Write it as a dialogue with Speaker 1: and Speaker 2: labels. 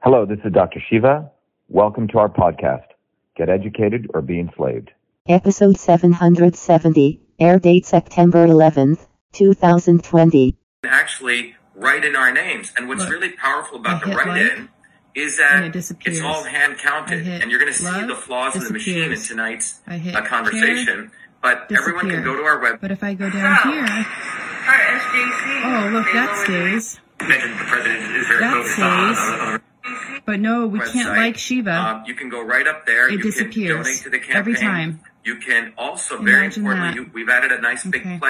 Speaker 1: Hello, this is Dr. Shiva. Welcome to our podcast, Get Educated or Be Enslaved.
Speaker 2: Episode 770, air date September 11th, 2020.
Speaker 3: actually write in our names. And what's
Speaker 4: Look,
Speaker 3: really powerful about
Speaker 4: I
Speaker 3: the
Speaker 4: hit
Speaker 3: write in
Speaker 4: like,
Speaker 3: is
Speaker 4: and
Speaker 3: that
Speaker 4: it disappears.
Speaker 3: it's all hand counted.
Speaker 4: I hit
Speaker 3: And you're going to see
Speaker 4: love,
Speaker 3: the flaws in the machine in
Speaker 4: disappears.
Speaker 3: tonight's
Speaker 4: I hit
Speaker 3: uh, conversation. But everyone can
Speaker 4: disappear.
Speaker 3: go to our web.
Speaker 4: But if I go
Speaker 5: Wow.
Speaker 4: down here,
Speaker 5: Our SJC.
Speaker 4: oh look,
Speaker 5: they
Speaker 4: that
Speaker 5: lowered
Speaker 4: stays.
Speaker 6: mentioned the president is very
Speaker 4: That
Speaker 6: focused on,
Speaker 4: stays.
Speaker 6: on- on-
Speaker 4: But no, we can't
Speaker 3: website.
Speaker 4: like Shiva.
Speaker 3: Um, you can go right up there.
Speaker 4: It
Speaker 3: you
Speaker 4: disappears
Speaker 3: can donate to the campaign.
Speaker 4: every time.
Speaker 3: You can also, very
Speaker 4: Imagine
Speaker 3: importantly,
Speaker 4: that.
Speaker 3: you, we've added a nice big
Speaker 4: Okay.
Speaker 3: play.